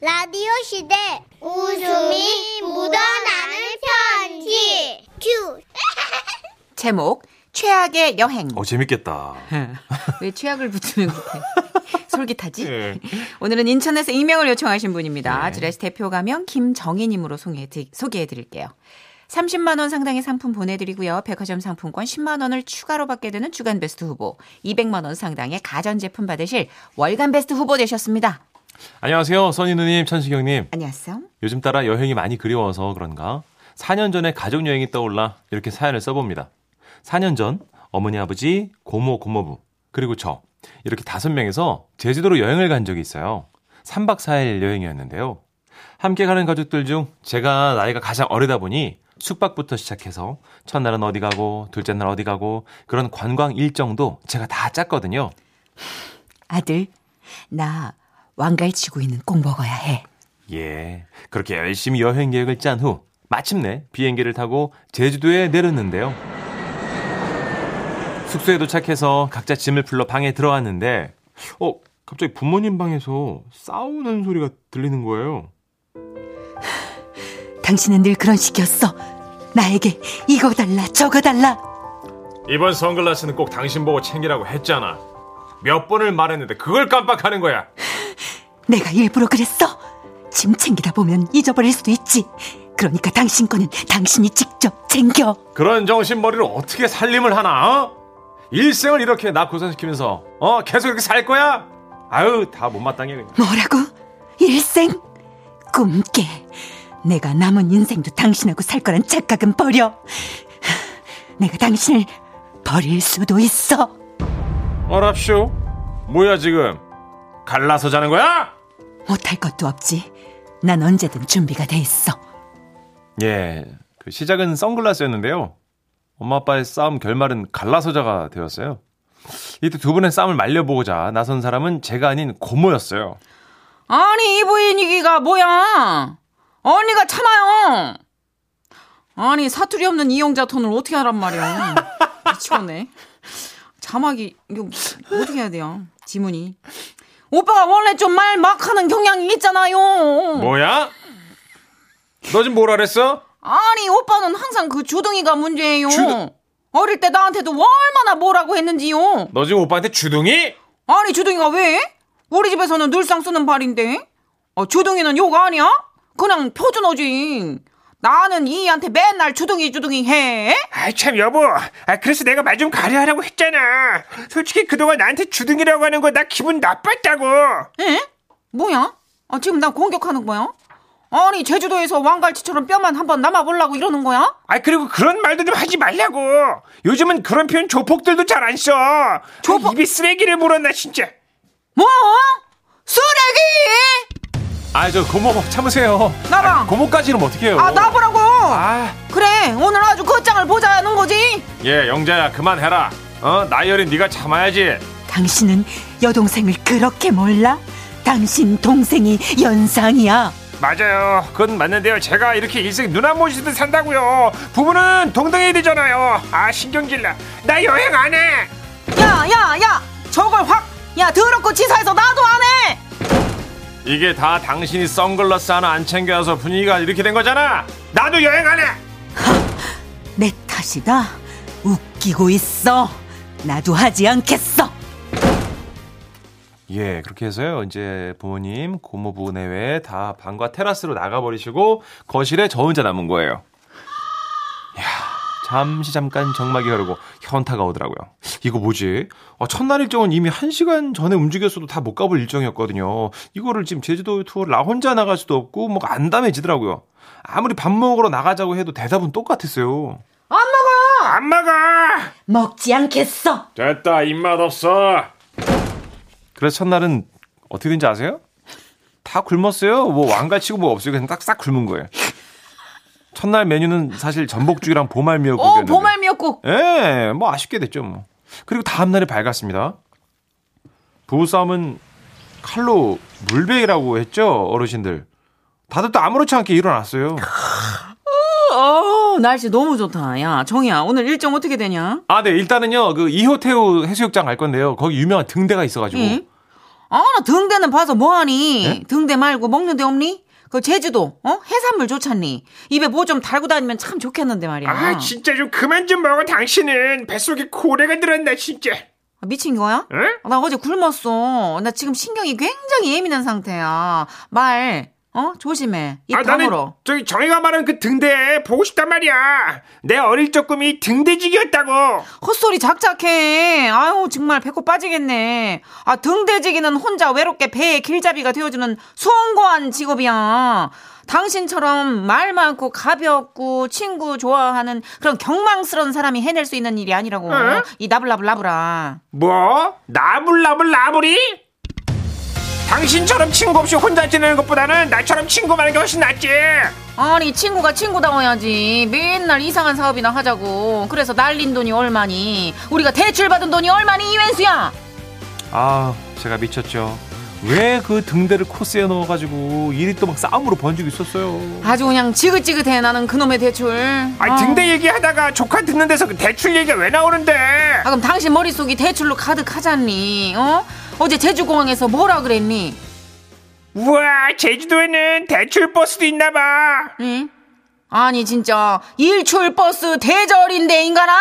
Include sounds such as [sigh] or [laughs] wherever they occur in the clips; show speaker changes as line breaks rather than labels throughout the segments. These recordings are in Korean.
라디오 시대 웃음이 묻어나는 편지 큐
제목 최악의 여행.
어 재밌겠다.
왜 최악을 붙이는 것같 솔깃하지? [laughs]
예.
오늘은 인천에서 익명을 요청하신 분입니다.
네.
지라시 대표 가명 김정희님으로 소개해 드릴게요. 30만 원 상당의 상품 보내드리고요. 백화점 상품권 10만 원을 추가로 받게 되는 주간 베스트 후보, 200만 원 상당의 가전 제품 받으실 월간 베스트 후보 되셨습니다.
안녕하세요. 써니 누님, 천식형님.
안녕하세요.
요즘 따라 여행이 많이 그리워서 그런가? 4년 전에 가족여행이 떠올라 이렇게 사연을 써봅니다. 4년 전 어머니, 아버지, 고모, 고모부 그리고 저 이렇게 다섯 명에서 제주도로 여행을 간 적이 있어요. 3박 4일 여행이었는데요. 함께 가는 가족들 중 제가 나이가 가장 어리다 보니 숙박부터 시작해서 첫날은 어디 가고 둘째 날 어디 가고 그런 관광 일정도 제가 다 짰거든요.
아들, 나 왕갈치고 있는 꼭 먹어야 해.
예. 그렇게 열심히 여행 계획을 짠 후, 마침내 비행기를 타고 제주도에 내렸는데요. 숙소에 도착해서 각자 짐을 풀러 방에 들어왔는데, 어, 갑자기 부모님 방에서 싸우는 소리가 들리는 거예요.
당신은 늘 그런 식이었어. 나에게 이거 달라, 저거 달라.
이번 선글라스는 꼭 당신 보고 챙기라고 했잖아. 몇 번을 말했는데 그걸 깜빡하는 거야.
내가 일부러 그랬어. 짐 챙기다 보면 잊어버릴 수도 있지. 그러니까 당신 거는 당신이 직접 챙겨.
그런 정신머리를 어떻게 살림을 하나? 어? 일생을 이렇게 나 고생시키면서 어 계속 이렇게 살 거야? 아유 다 못마땅해 그냥.
뭐라고? 일생? 꿈깨. 내가 남은 인생도 당신하고 살 거란 착각은 버려. 내가 당신을 버릴 수도 있어.
어랍쇼? 뭐야 지금? 갈라서 자는 거야?
못할 것도 없지. 난 언제든 준비가 돼 있어.
예, 그 시작은 선글라스였는데요. 엄마 아빠의 싸움 결말은 갈라서자가 되었어요. 이때 두 분의 싸움을 말려보고자 나선 사람은 제가 아닌 고모였어요.
아니 이 부인이기가 뭐야? 언니가 참아요. 아니 사투리 없는 이용자 톤을 어떻게 하란
[laughs]
말이야? 미치겠네. 자막이 이거 어떻게 해야 돼요? 지문이. 오빠가 원래 좀 말 막하는 경향이 있잖아요.
어. 뭐야? 너 지금 뭐라 그랬어?
아니 오빠는 항상 그 주둥이가 문제예요.
주둥-
어릴 때 나한테도 얼마나 뭐라고 했는지요.
너 지금 오빠한테 주둥이?
아니 주둥이가 왜? 우리 집에서는 늘상 쓰는 발인데 어, 주둥이는 욕 아니야? 그냥 표준어지 나는 이한테 맨날 주둥이 주둥이 해
아이 참 여보 아 그래서 내가 말 좀 가려하라고 했잖아 솔직히 그동안 나한테 주둥이라고 하는 거 나 기분 나빴다고
에? 뭐야? 아, 지금 나 공격하는 거야? 아니 제주도에서 왕갈치처럼 뼈만 한번 남아보려고 이러는 거야?
아 그리고 그런 말도 좀 하지 말라고 요즘은 그런 표현 조폭들도 잘 안써 아,
아,
조폭-
입이 쓰레기를 물었나 진짜
뭐? 쓰레기!
아 저 고모 참으세요.
나랑.
아, 고모까지는 어떻게요?
아 나보라고!
아,
그래 오늘 아주 거짱을 보자는 거지
예 영자야 그만해라. 어 나이어린 네가 참아야지.
당신은 여동생을 그렇게 몰라? 당신 동생이 연상이야.
맞아요 그건 맞는데요 제가 이렇게 일생 누나 모시듯 산다고요 부모는 동등해야 되잖아요 아 신경질나 나 여행 안해
야야야 저걸 확 야 더럽고 치사해서 나도 안해
이게 다 당신이 선글라스 하나 안 챙겨와서 분위기가 이렇게 된 거잖아.
나도 여행 안해
내 탓이다. 웃기고 있어. 나도 하지 않겠어.
예, 그렇게 해서요. 이제 부모님, 고모부 내외 다 방과 테라스로 나가버리시고 거실에 저 혼자 남은 거예요. 야, 잠시 잠깐 정막이 흐르고 현타가 오더라고요. 이거 뭐지? 아, 첫날 일정은 이미 한 시간 전에 움직였어도 다 못 가볼 일정이었거든요. 이거를 지금 제주도 투어를 나 혼자 나갈 수도 없고 뭐 안담해지더라고요. 아무리 밥 먹으러 나가자고 해도 대답은 똑같았어요.
안 먹어
먹지 않겠어.
됐다 입맛 없어 그래서 첫날은 어떻게 된지 아세요? 다 굶었어요 뭐 왕갈치고 뭐 없어요 그냥 딱싹 굶은 거예요 첫날 메뉴는 사실 전복죽이랑
오
어, 보말미역국이었는데
어, 보말 미역국
예뭐 아쉽게 됐죠 뭐 그리고 다음날이 밝았습니다 부부싸움은 칼로 물베기라고 했죠 어르신들 다들 또 아무렇지 않게 일어났어요
어, 날씨 너무 좋다. 야, 정이야, 오늘 일정 어떻게 되냐?
뭐?
아 네 일단은요 그 이호태우 해수욕장 갈 건데요 거기 유명한 등대가 있어가지고
응? 아, 나 등대는 봐서 뭐하니?
네?
예?
등대 말고 먹는 데 없니? 그 제주도, 어? 해산물 좋잖니? 입에 뭐 좀 달고 다니면 참 좋겠는데 말이야.
아 진짜 좀 그만 좀 먹어 당신은 뱃속에 고래가 들었나 진짜
아, 미친 거야?
응?
나 어제 굶었어. 나 지금 신경이 굉장히 예민한 상태야. 말, 어? 조심해. 입
아 나는
다물어.
저기 정혜가 말한 그 등대 보고 싶단 말이야 내 어릴 적 꿈이 등대지기였다고
헛소리 작작해. 아유, 정말 배꼽 빠지겠네. 아, 등대지기는 혼자 외롭게 배에 길잡이가 되어주는 숭고한 직업이야. 당신처럼 말 많고 가볍고 친구 좋아하는 그런 경망스러운 사람이 해낼 수 있는 일이 아니라고.
응?
이 나블라블라블라.
뭐? 나불나불 나불이? 당신처럼 친구 없이 혼자 지내는 것보다는 나처럼 친구 많은 게 훨씬 낫지
아니, 친구가 친구다워야지. 맨날 이상한 사업이나 하자고. 그래서 날린 돈이 얼마니? 우리가 대출받은 돈이 얼마니, 이wen수야?
아, 제가 미쳤죠. 왜 그 등대를 코스에 넣어가지고 일이 또 막 싸움으로 번지고 있었어요.
아주 그냥 지긋지긋해, 나는 그놈의 대출.
아니
아.
등대 얘기하다가 조카 듣는 데서 그 대출 얘기가 왜 나오는데
아 그럼 당신 머릿속이 대출로 가득하잖니 어? 어제 제주공항에서 뭐라 그랬니?
우와 제주도에는 대출 버스도 있나봐
응? 아니 진짜 일출버스 대절인데 인간아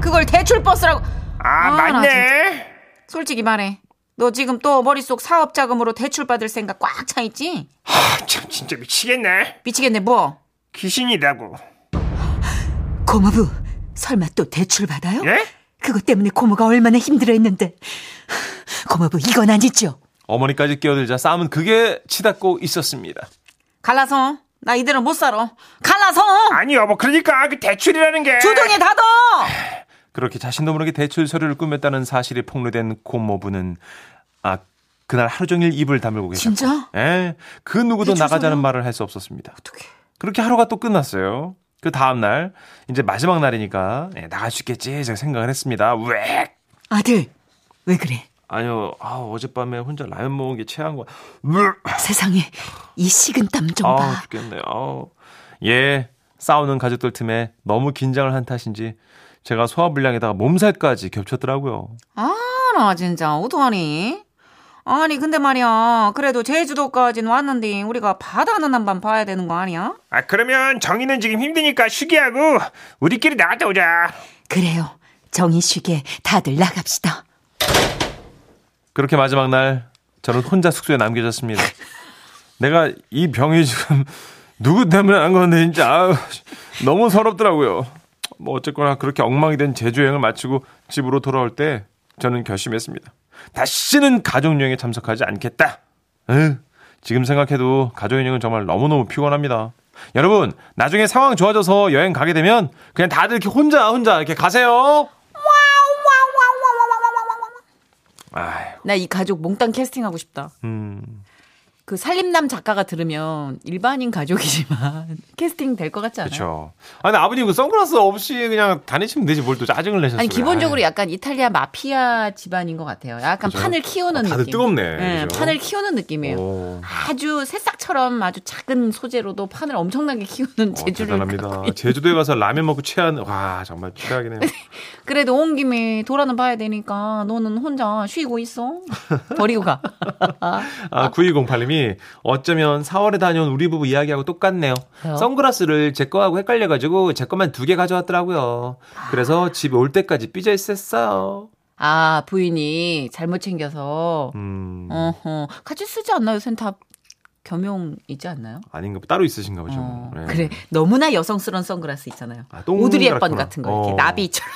그걸 대출버스라고
아,
아, 나
맞네
솔직히 말해 너 지금 또 머릿속 사업자금으로 대출받을 생각 꽉 차있지?
아, 참 진짜 미치겠네
미치겠네 뭐
귀신이라고
고모부 설마 또 대출 받아요?
예?
그것 때문에 고모가 얼마나 힘들어했는데 고모부 이건 아니죠?
어머니까지 끼어들자 싸움은 그게 치닫고 있었습니다.
갈라서 나 이대로 못 살아 갈라서
아니 여보 그러니까 그 대출이라는 게
주둥이 닫어
그렇게 자신도 모르게 대출 서류를 꾸몄다는 사실이 폭로된 고모부는 아 그날 하루 종일 입을 다물고 계셨고
진짜?
예, 그 누구도
대출
나가자는
서류?
말을 할 수 없었습니다. 어떻게? 그렇게 하루가 또 끝났어요. 그 다음 날 이제 마지막 날이니까 예, 나갈 수 있겠지 제가 생각을 했습니다. 왜?
아들 왜 그래?
아니요, 아 어젯밤에 혼자 라면 먹은 게 체한 거야.
세상에 이 식은 땀 좀 봐.
아 죽겠네. 아 예, 싸우는 가족들 틈에 너무 긴장을 한 탓인지 제가 소화불량에다가 몸살까지 겹쳤더라고요.
아나 진짜 어떡하니? 아니 근데 말이야 그래도 제주도까진 왔는데 우리가 바다는 한번 봐야 되는 거 아니야?
아 그러면 정희는 지금 힘드니까 쉬게하고 우리끼리 나갔다 오자
그래요. 정이 쉬게 다들 나갑시다.
그렇게 마지막 날 저는 혼자 숙소에 남겨졌습니다. 내가 이 병이 지금 누구 때문에 한 건데 진짜 아우, 너무 서럽더라고요. 뭐 어쨌거나 그렇게 엉망이 된 제주 여행을 마치고 집으로 돌아올 때 저는 결심했습니다. 다시는 가족 여행에 참석하지 않겠다. 에휴, 지금 생각해도 가족 여행은 정말 너무너무 피곤합니다. 여러분 나중에 상황 좋아져서 여행 가게 되면 그냥 다들 이렇게 혼자 혼자 이렇게 가세요. 아휴.
나 이 가족 몽땅 캐스팅하고 싶다.
음.
그 살림남 작가가 들으면 일반인 가족이지만 [laughs] 캐스팅 될 것 같지 않아요?
그렇죠. 아니 아버님 그 선글라스 없이 그냥 다니시면 되지 뭘 또 짜증을 내셨어요.
아니 기본적으로
아이,
약간 이탈리아 마피아 집안인 것 같아요. 약간
네. 그죠?
판을 키우는
아, 다들
느낌.
뜨겁네,
예,
그죠? 어.
판을 키우는 느낌이에요. [laughs]
오.
아주 새싹처럼 아주 작은 소재로도 판을 엄청나게 키우는
어,
재주를 갖고
대단합니다.
있-
제주도에 가서 라면 먹고 체한 와 정말 최악이네요.
그래도 온 김에 돌아는 봐야 되니까 너는 혼자 쉬고 있어. 버리고 가. [laughs]
아 9208님이 어쩌면 4월에 다녀온 우리 부부 이야기하고 똑같네요.
왜요?
선글라스를 제 거하고 헷갈려가지고 제 것만 두 개 가져왔더라고요. 그래서 집에 올 때까지 삐져 있었어요.
아 부인이 잘못 챙겨서
음
어허. 같이 쓰지 않나요? 센터 겸용 있지 않나요?
아닌가 보- 따로 있으신가 보죠.
어,
네.
그래 너무나 여성스러운 선글라스 있잖아요.
아, 동그랗구나.
오드리 헵번 같은 거 이렇게
어.
나비처럼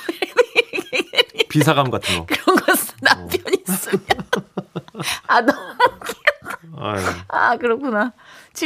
[laughs]
비사감 같은 거.
그런 거 쓰- 남편이
어.
쓰면 아 너무
아유.
아 그렇구나.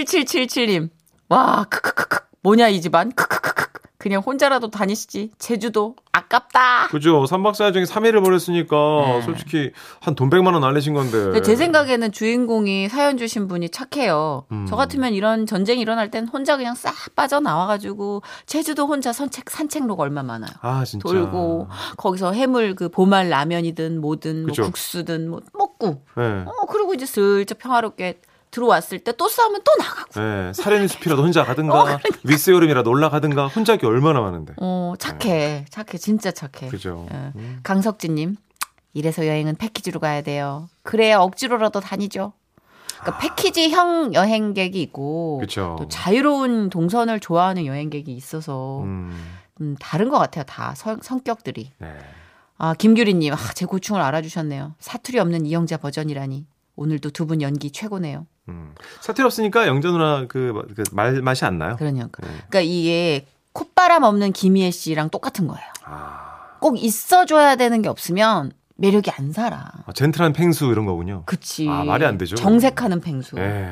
7777님 와 크크크크 뭐냐 이 집안 크크크크 그냥 혼자라도 다니시지 제주도 아깝다.
그죠. 3박 4일 중에 3일을 보냈으니까
네.
솔직히 한 돈 100만 원 날리신 건데.
근데 제 생각에는 주인공이 사연 주신 분이 착해요.
음.
저 같으면 이런 전쟁이 일어날 땐 혼자 그냥 싹 빠져나와가지고 제주도 혼자 산책, 산책로가 얼마 많아요.
아, 진짜.
돌고 거기서 해물 그 보말 라면이든 뭐든 뭐
그쵸.
국수든 뭐 먹고
예.
어 그리고 이제 슬쩍 평화롭게 들어왔을 때 또 싸우면 또 나가고
예. 사려니 숲이라도 혼자 [laughs] 가든가, 윗세오름이라도 올라가든가, 혼자 네. 하기 얼마나 많은데.
어 착해 착해 진짜 착해
그죠. 음.
예. 강석진님 이래서 여행은 패키지로 가야 돼요. 그래야 억지로라도 다니죠. 그러니까 패키지형 여행객이 있고
아. 그쵸.
또 자유로운 동선을 좋아하는 여행객이 있어서
음,
음, 다른 것 같아요. 다 성, 성격들이.
네.
아 김규리님, 아, 제 고충을 알아주셨네요. 사투리 없는 이영자 버전이라니. 오늘도 두 분 연기 최고네요.
음. 사투리 없으니까 영자 누나 그, 그 말, 맛이 안 나요.
그러니까.
네.
그러니까 이게 콧바람 없는 김희애 씨랑 똑같은 거예요.
아,
꼭 있어줘야 되는 게 없으면 매력이 안 살아.
젠틀한 팽수 이런 거군요.
그치.
아, 말이 안 되죠.
정색하는 팽수.
예.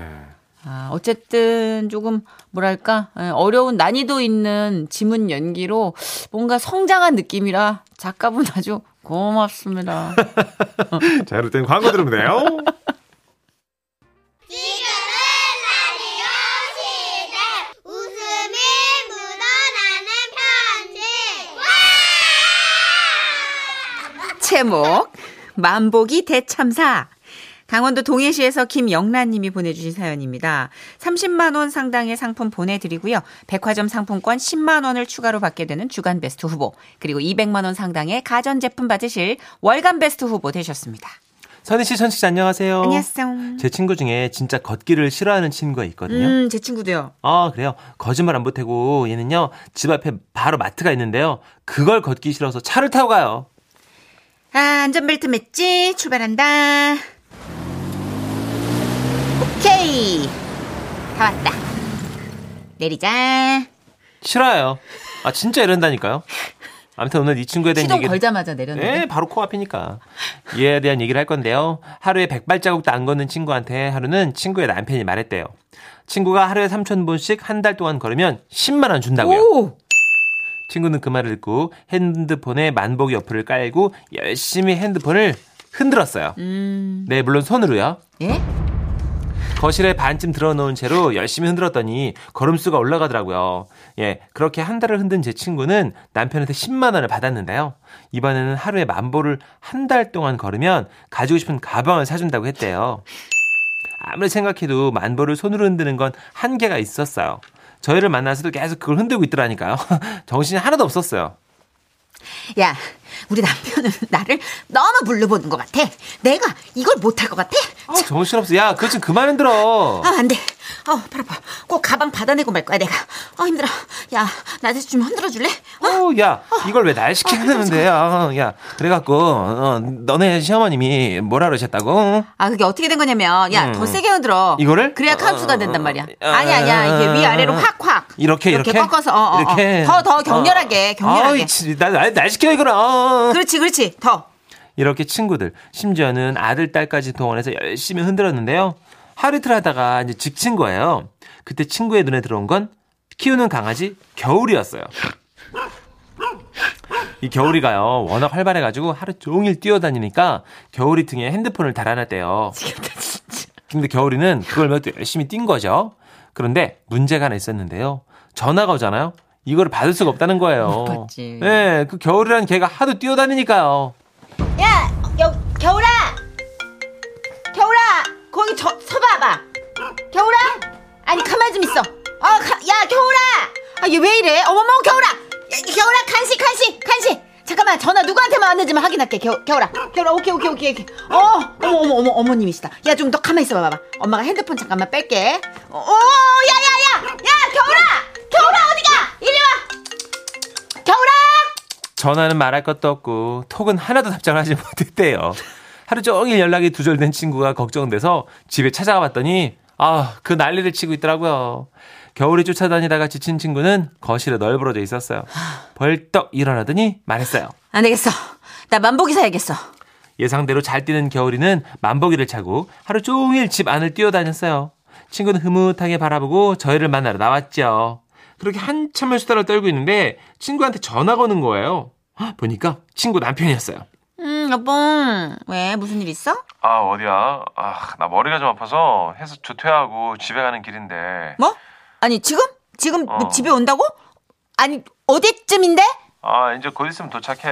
아, 어쨌든 조금 뭐랄까 예, 어려운 난이도 있는 지문 연기로 뭔가 성장한 느낌이라 작가분 아주 고맙습니다.
자, 이럴 땐 광고 들으면 돼요.
라디오 시대 웃음이 묻어나는 편지
[laughs] 제목 만보기 대참사 강원도 동해시에서 김영란님이 보내주신 사연입니다. 30만 원 상당의 상품 보내드리고요. 백화점 상품권 10만 원을 추가로 받게 되는 주간 베스트 후보 그리고 200만 원 상당의 가전 제품 받으실 월간 베스트 후보 되셨습니다.
[laughs] 선희 씨, 천식 씨, 안녕하세요.
안녕하세요.
제 친구 중에 진짜 걷기를 싫어하는 친구가 있거든요.
음, 제 친구도요.
아, 그래요? 거짓말 안 보태고 얘는요, 집 앞에 바로 마트가 있는데요. 그걸 걷기 싫어서 차를 타고 가요.
아, 안전벨트 맸지? 출발한다. 오케이. 다 왔다. 내리자.
싫어요. 아, 진짜 이런다니까요. 아무튼 오늘 이 친구에 대한
시동
얘기
걸자마자 내렸는데.
예, 바로 코앞이니까. 얘에 대한 얘기를 할 건데요. 하루에 백발자국도 안 걷는 친구한테 하루는 친구의 남편이 말했대요. 친구가 하루에 3,000분씩 한 달 동안 걸으면 10만 원 준다고요.
오!
친구는 그 말을 듣고 핸드폰에 만보기 어플을 깔고 열심히 핸드폰을 흔들었어요. 네, 물론 손으로요.
예?
거실에 반쯤 들어놓은 채로 열심히 흔들었더니 걸음수가 올라가더라고요. 예, 그렇게 한 달을 흔든 제 친구는 남편한테 10만 원을 받았는데요. 이번에는 하루에 만보를 한 달 동안 걸으면 가지고 싶은 가방을 사준다고 했대요. 아무리 생각해도 만보를 손으로 흔드는 건 한계가 있었어요. 저희를 만나서도 계속 그걸 흔들고 있더라니까요. [laughs] 정신이 하나도 없었어요.
야, 우리 남편은 나를 너무 물러보는 것 같아. 내가 이걸 못할 것 같아.
아, 정신없어. 야, 그거 좀 그만 흔들어.
아, 안 돼. 어, 팔 아파. 꼭 가방 받아내고 말 거야, 내가. 어, 힘들어. 야, 나한테 좀 흔들어 줄래?
어, 야, 이걸 왜 날 시키는데, 야, 야. 그래갖고, 어, 너네 시어머님이 뭐라 그러셨다고?
아, 그게 어떻게 된 거냐면, 야, 더 세게 흔들어.
음. 이거를?
그래야
어,
카운트가 된단 말이야. 아니,
아,
아니야. 이게 위아래로 확, 확.
이렇게, 이렇게.
꺾어서, 어, 어, 어.
이렇게.
더, 더 격렬하게, 격렬하게.
아이, 치, 나, 날, 날 어. 시켜, 이거나.
그렇지, 그렇지. 더.
이렇게 친구들, 심지어는 아들, 딸까지 동원해서 열심히 흔들었는데요. 하루 이틀 하다가 이제 지친 거예요. 그때 친구의 눈에 들어온 건 키우는 강아지 겨울이었어요. 이 겨울이가요, 워낙 활발해가지고 하루 종일 뛰어다니니까 겨울이 등에 핸드폰을 달아놨대요. 근데 겨울이는 그걸 몇 대 열심히 뛴 거죠. 그런데 문제가 하나 있었는데요. 전화가 오잖아요. 이걸 받을 수가 없다는 거예요. 못
받지.
네, 그 겨울이라는 걔가 하도 뛰어다니니까요.
야, 여, 겨울아! 겨울아! 거기 저, 서봐봐. 겨울아? 아니, 가만히 좀 있어. 어, 가, 야, 겨울아! 아, 얘 왜 이래? 어머머, 겨울아! 야, 겨울아, 간식, 간식, 간식! 잠깐만, 전화 누구한테만 왔는지만 확인할게, 겨울, 겨울아. 겨울아, 오케이, 오케이, 오케이, 오케이. 어, 어머, 어머, 어머, 어머님이시다. 야, 좀 더 가만히 있어 봐봐. 엄마가 핸드폰 잠깐만 뺄게. 어, 어, 야, 야, 야! 야, 겨울아! 겨울아, 어디가! 이리 와! 겨울아!
전화는 말할 것도 없고 톡은 하나도 답장을 하지 [laughs] 못했대요. 하루 종일 연락이 두절된 친구가 걱정돼서 집에 찾아가 봤더니 아, 그 난리를 치고 있더라고요. 겨울에 쫓아다니다가 지친 친구는 거실에 널브러져 있었어요. 벌떡 일어나더니 말했어요.
아, 안 되겠어. 나 만보기 사야겠어.
예상대로 잘 뛰는 겨울이는 만보기를 차고 하루 종일 집 안을 뛰어다녔어요. 친구는 흐뭇하게 바라보고 저희를 만나러 나왔죠. 그렇게 한참을 수다를 떨고 있는데 친구한테 전화가 오는 거예요. 헉, 보니까 친구 남편이었어요.
음, 여보. 왜? 무슨 일 있어?
아 어디야? 아 나 머리가 좀 아파서 해서 조퇴하고 집에 가는 길인데
뭐? 아니, 지금? 지금 뭐
어.
집에 온다고? 아니, 어디쯤인데?
아 이제 곧 있으면 도착해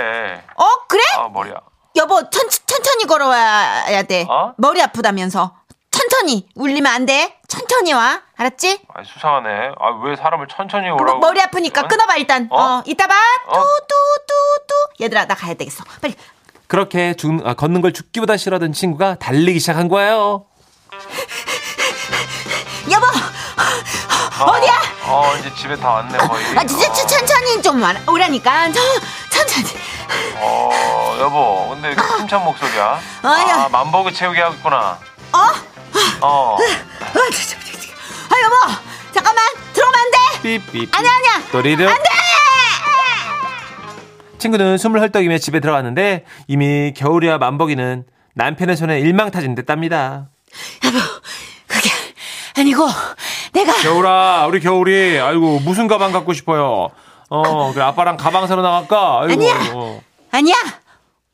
어, 그래?
아 머리야
여보, 천, 천천히 걸어와야 돼.
어?
머리 아프다면서. 천천히. 울리면 안 돼. 천천히 와. 알았지?
아 수상하네 아 왜 사람을 천천히
뭐,
오라고
머리 아프니까
응?
끊어봐, 일단. 어,
어?
이따 봐.
어?
뚜뚜뚜뚜. 얘들아, 나 가야 되겠어. 빨리.
그렇게 죽- 아, 걷는 걸 죽기보다 싫어하던 친구가 달리기 시작한 거예요.
여보
어, 디야어 이제 집에 다 왔네 거의.
아, 진짜 천- 천천히 좀 와- 오라니까 천, 천천히
어, 어, 여보 근데 이렇게 힘찬 목소리야.
아니야.
아 만복을 채우게 하고 있구나. 어? 어.
아, 진짜, 진짜, 진짜. 아 여보 잠깐만 들어오면 안 돼
삐삐.
아니야 아니야
또리르. 친구는 숨을 헐떡이며 집에 들어갔는데 이미 겨울이와 만복이는 남편의 손에 일망타진 듯답니다.
그게 아니고 내가
겨울아, 우리 겨울이, 아이고, 무슨 가방 갖고 싶어요? 어, 그래, 아빠랑 가방 사러 나갈까? 아이고,
아니야.
어.
아니야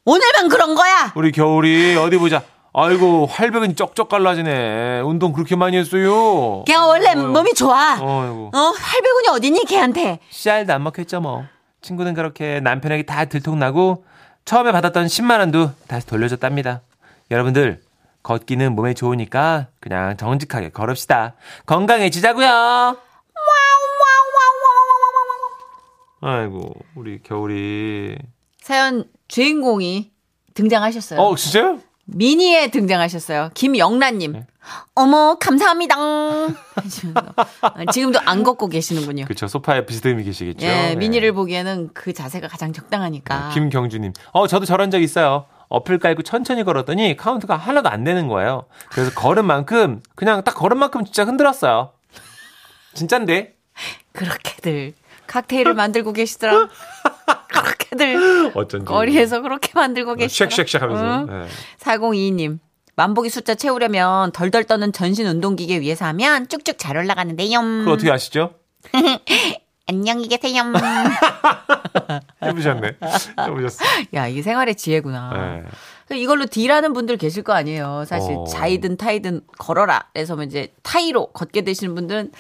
오늘만 그런 거야
우리 겨울이, 어디 보자. 아이고, 활백은 쩍쩍 갈라지네. 운동 그렇게 많이 했어요?
걔가 원래 몸이 좋아
어이고.
어 할배군이 어디니 걔한테
씨알도 안 먹혔죠, 뭐. 친구는 그렇게 남편에게 다 들통나고 처음에 받았던 10만원도 다시 돌려줬답니다. 여러분들, 걷기는 몸에 좋으니까 그냥 정직하게 걸읍시다. 건강해지자고요 아이고, 우리 겨울이.
사연 주인공이 등장하셨어요.
어, 진짜요?
미니에 등장하셨어요. 김영란님.
네.
어머 감사합니다
지금도- [laughs] 지금도 안 걷고 계시는군요.
그쵸, 소파에 비스듬히 계시겠죠.
예, 미니를 보기에는 그 자세가 가장 적당하니까.
네. 김경주님. 어, 저도 저런 적 있어요. 어플 깔고 천천히 걸었더니 카운트가 하나도 안 되는 거예요. 그래서 걸은 만큼, 그냥 딱 걸은 만큼 진짜 흔들었어요. 진짠데?
그렇게들 칵테일을 만들고 계시더라.
[laughs]
그렇게들
어쩐지. 어, 네.
거리에서 그렇게 만들고 계시더라. 어?
쉑쉑쉑 하면서.
응.
예.
4022님. 만보기 숫자 채우려면 덜덜 떠는 전신 운동기계 위에서 하면 쭉쭉 잘 올라가는데요.
그거 어떻게 아시죠?
안녕히 계세요
해보셨네. 해보셨어.
야, 이게 생활의 지혜구나.
예.
이걸로 D라는 분들 계실 거 아니에요. 사실
어.
자이든 타이든 걸어라. 그래서 이제 타이로 걷게 되시는 분들은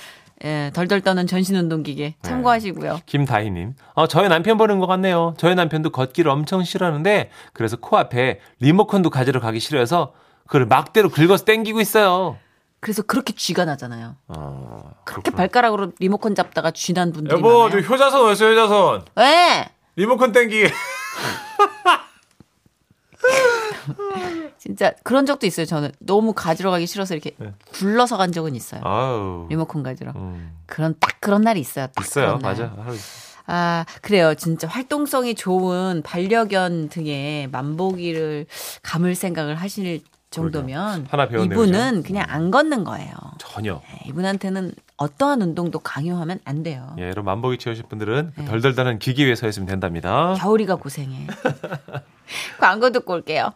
예, 덜덜 떠는 전신
네.
운동기계 참고하시고요.
김다희님. 어, 저희 남편 보는 것 같네요. 저희 남편도 걷기를 엄청 싫어하는데, 그래서 코앞에 리모컨도 가지러 가기 싫어해서, 그걸 막대로 긁어서 땡기고 있어요.
그래서 그렇게 쥐가 나잖아요.
어,
그렇게 발가락으로 리모컨 잡다가 쥐난 분들이
여보, 저
많아요. 예!
효자선 왔어요, 효자선.
왜?
리모컨 땡기.
진짜 그런 적도 있어요. 저는 너무 가지러 가기 싫어서 이렇게 굴러서 간 적은 있어요.
네. 아우.
리모컨 가지러.
음,
그런 딱 그런 날이 있어요. 딱
있어요.
그런 날.
맞아. 하루 있어.
아 그래요. 진짜 활동성이 좋은 반려견 등의 만보기를 감을 생각을 하실 정도면
하나 배웠네요, 음.
이분은 그냥안 걷는 거예요.
전혀.
네, 이분한테는 어떠한 운동도 강요하면 안 돼요.
예, 여러분 만보기 채우실 분들은 그 덜덜 다는 기기 위에 서 있으면 된답니다.
겨울이가 고생해. [laughs] 광고 듣고 올게요.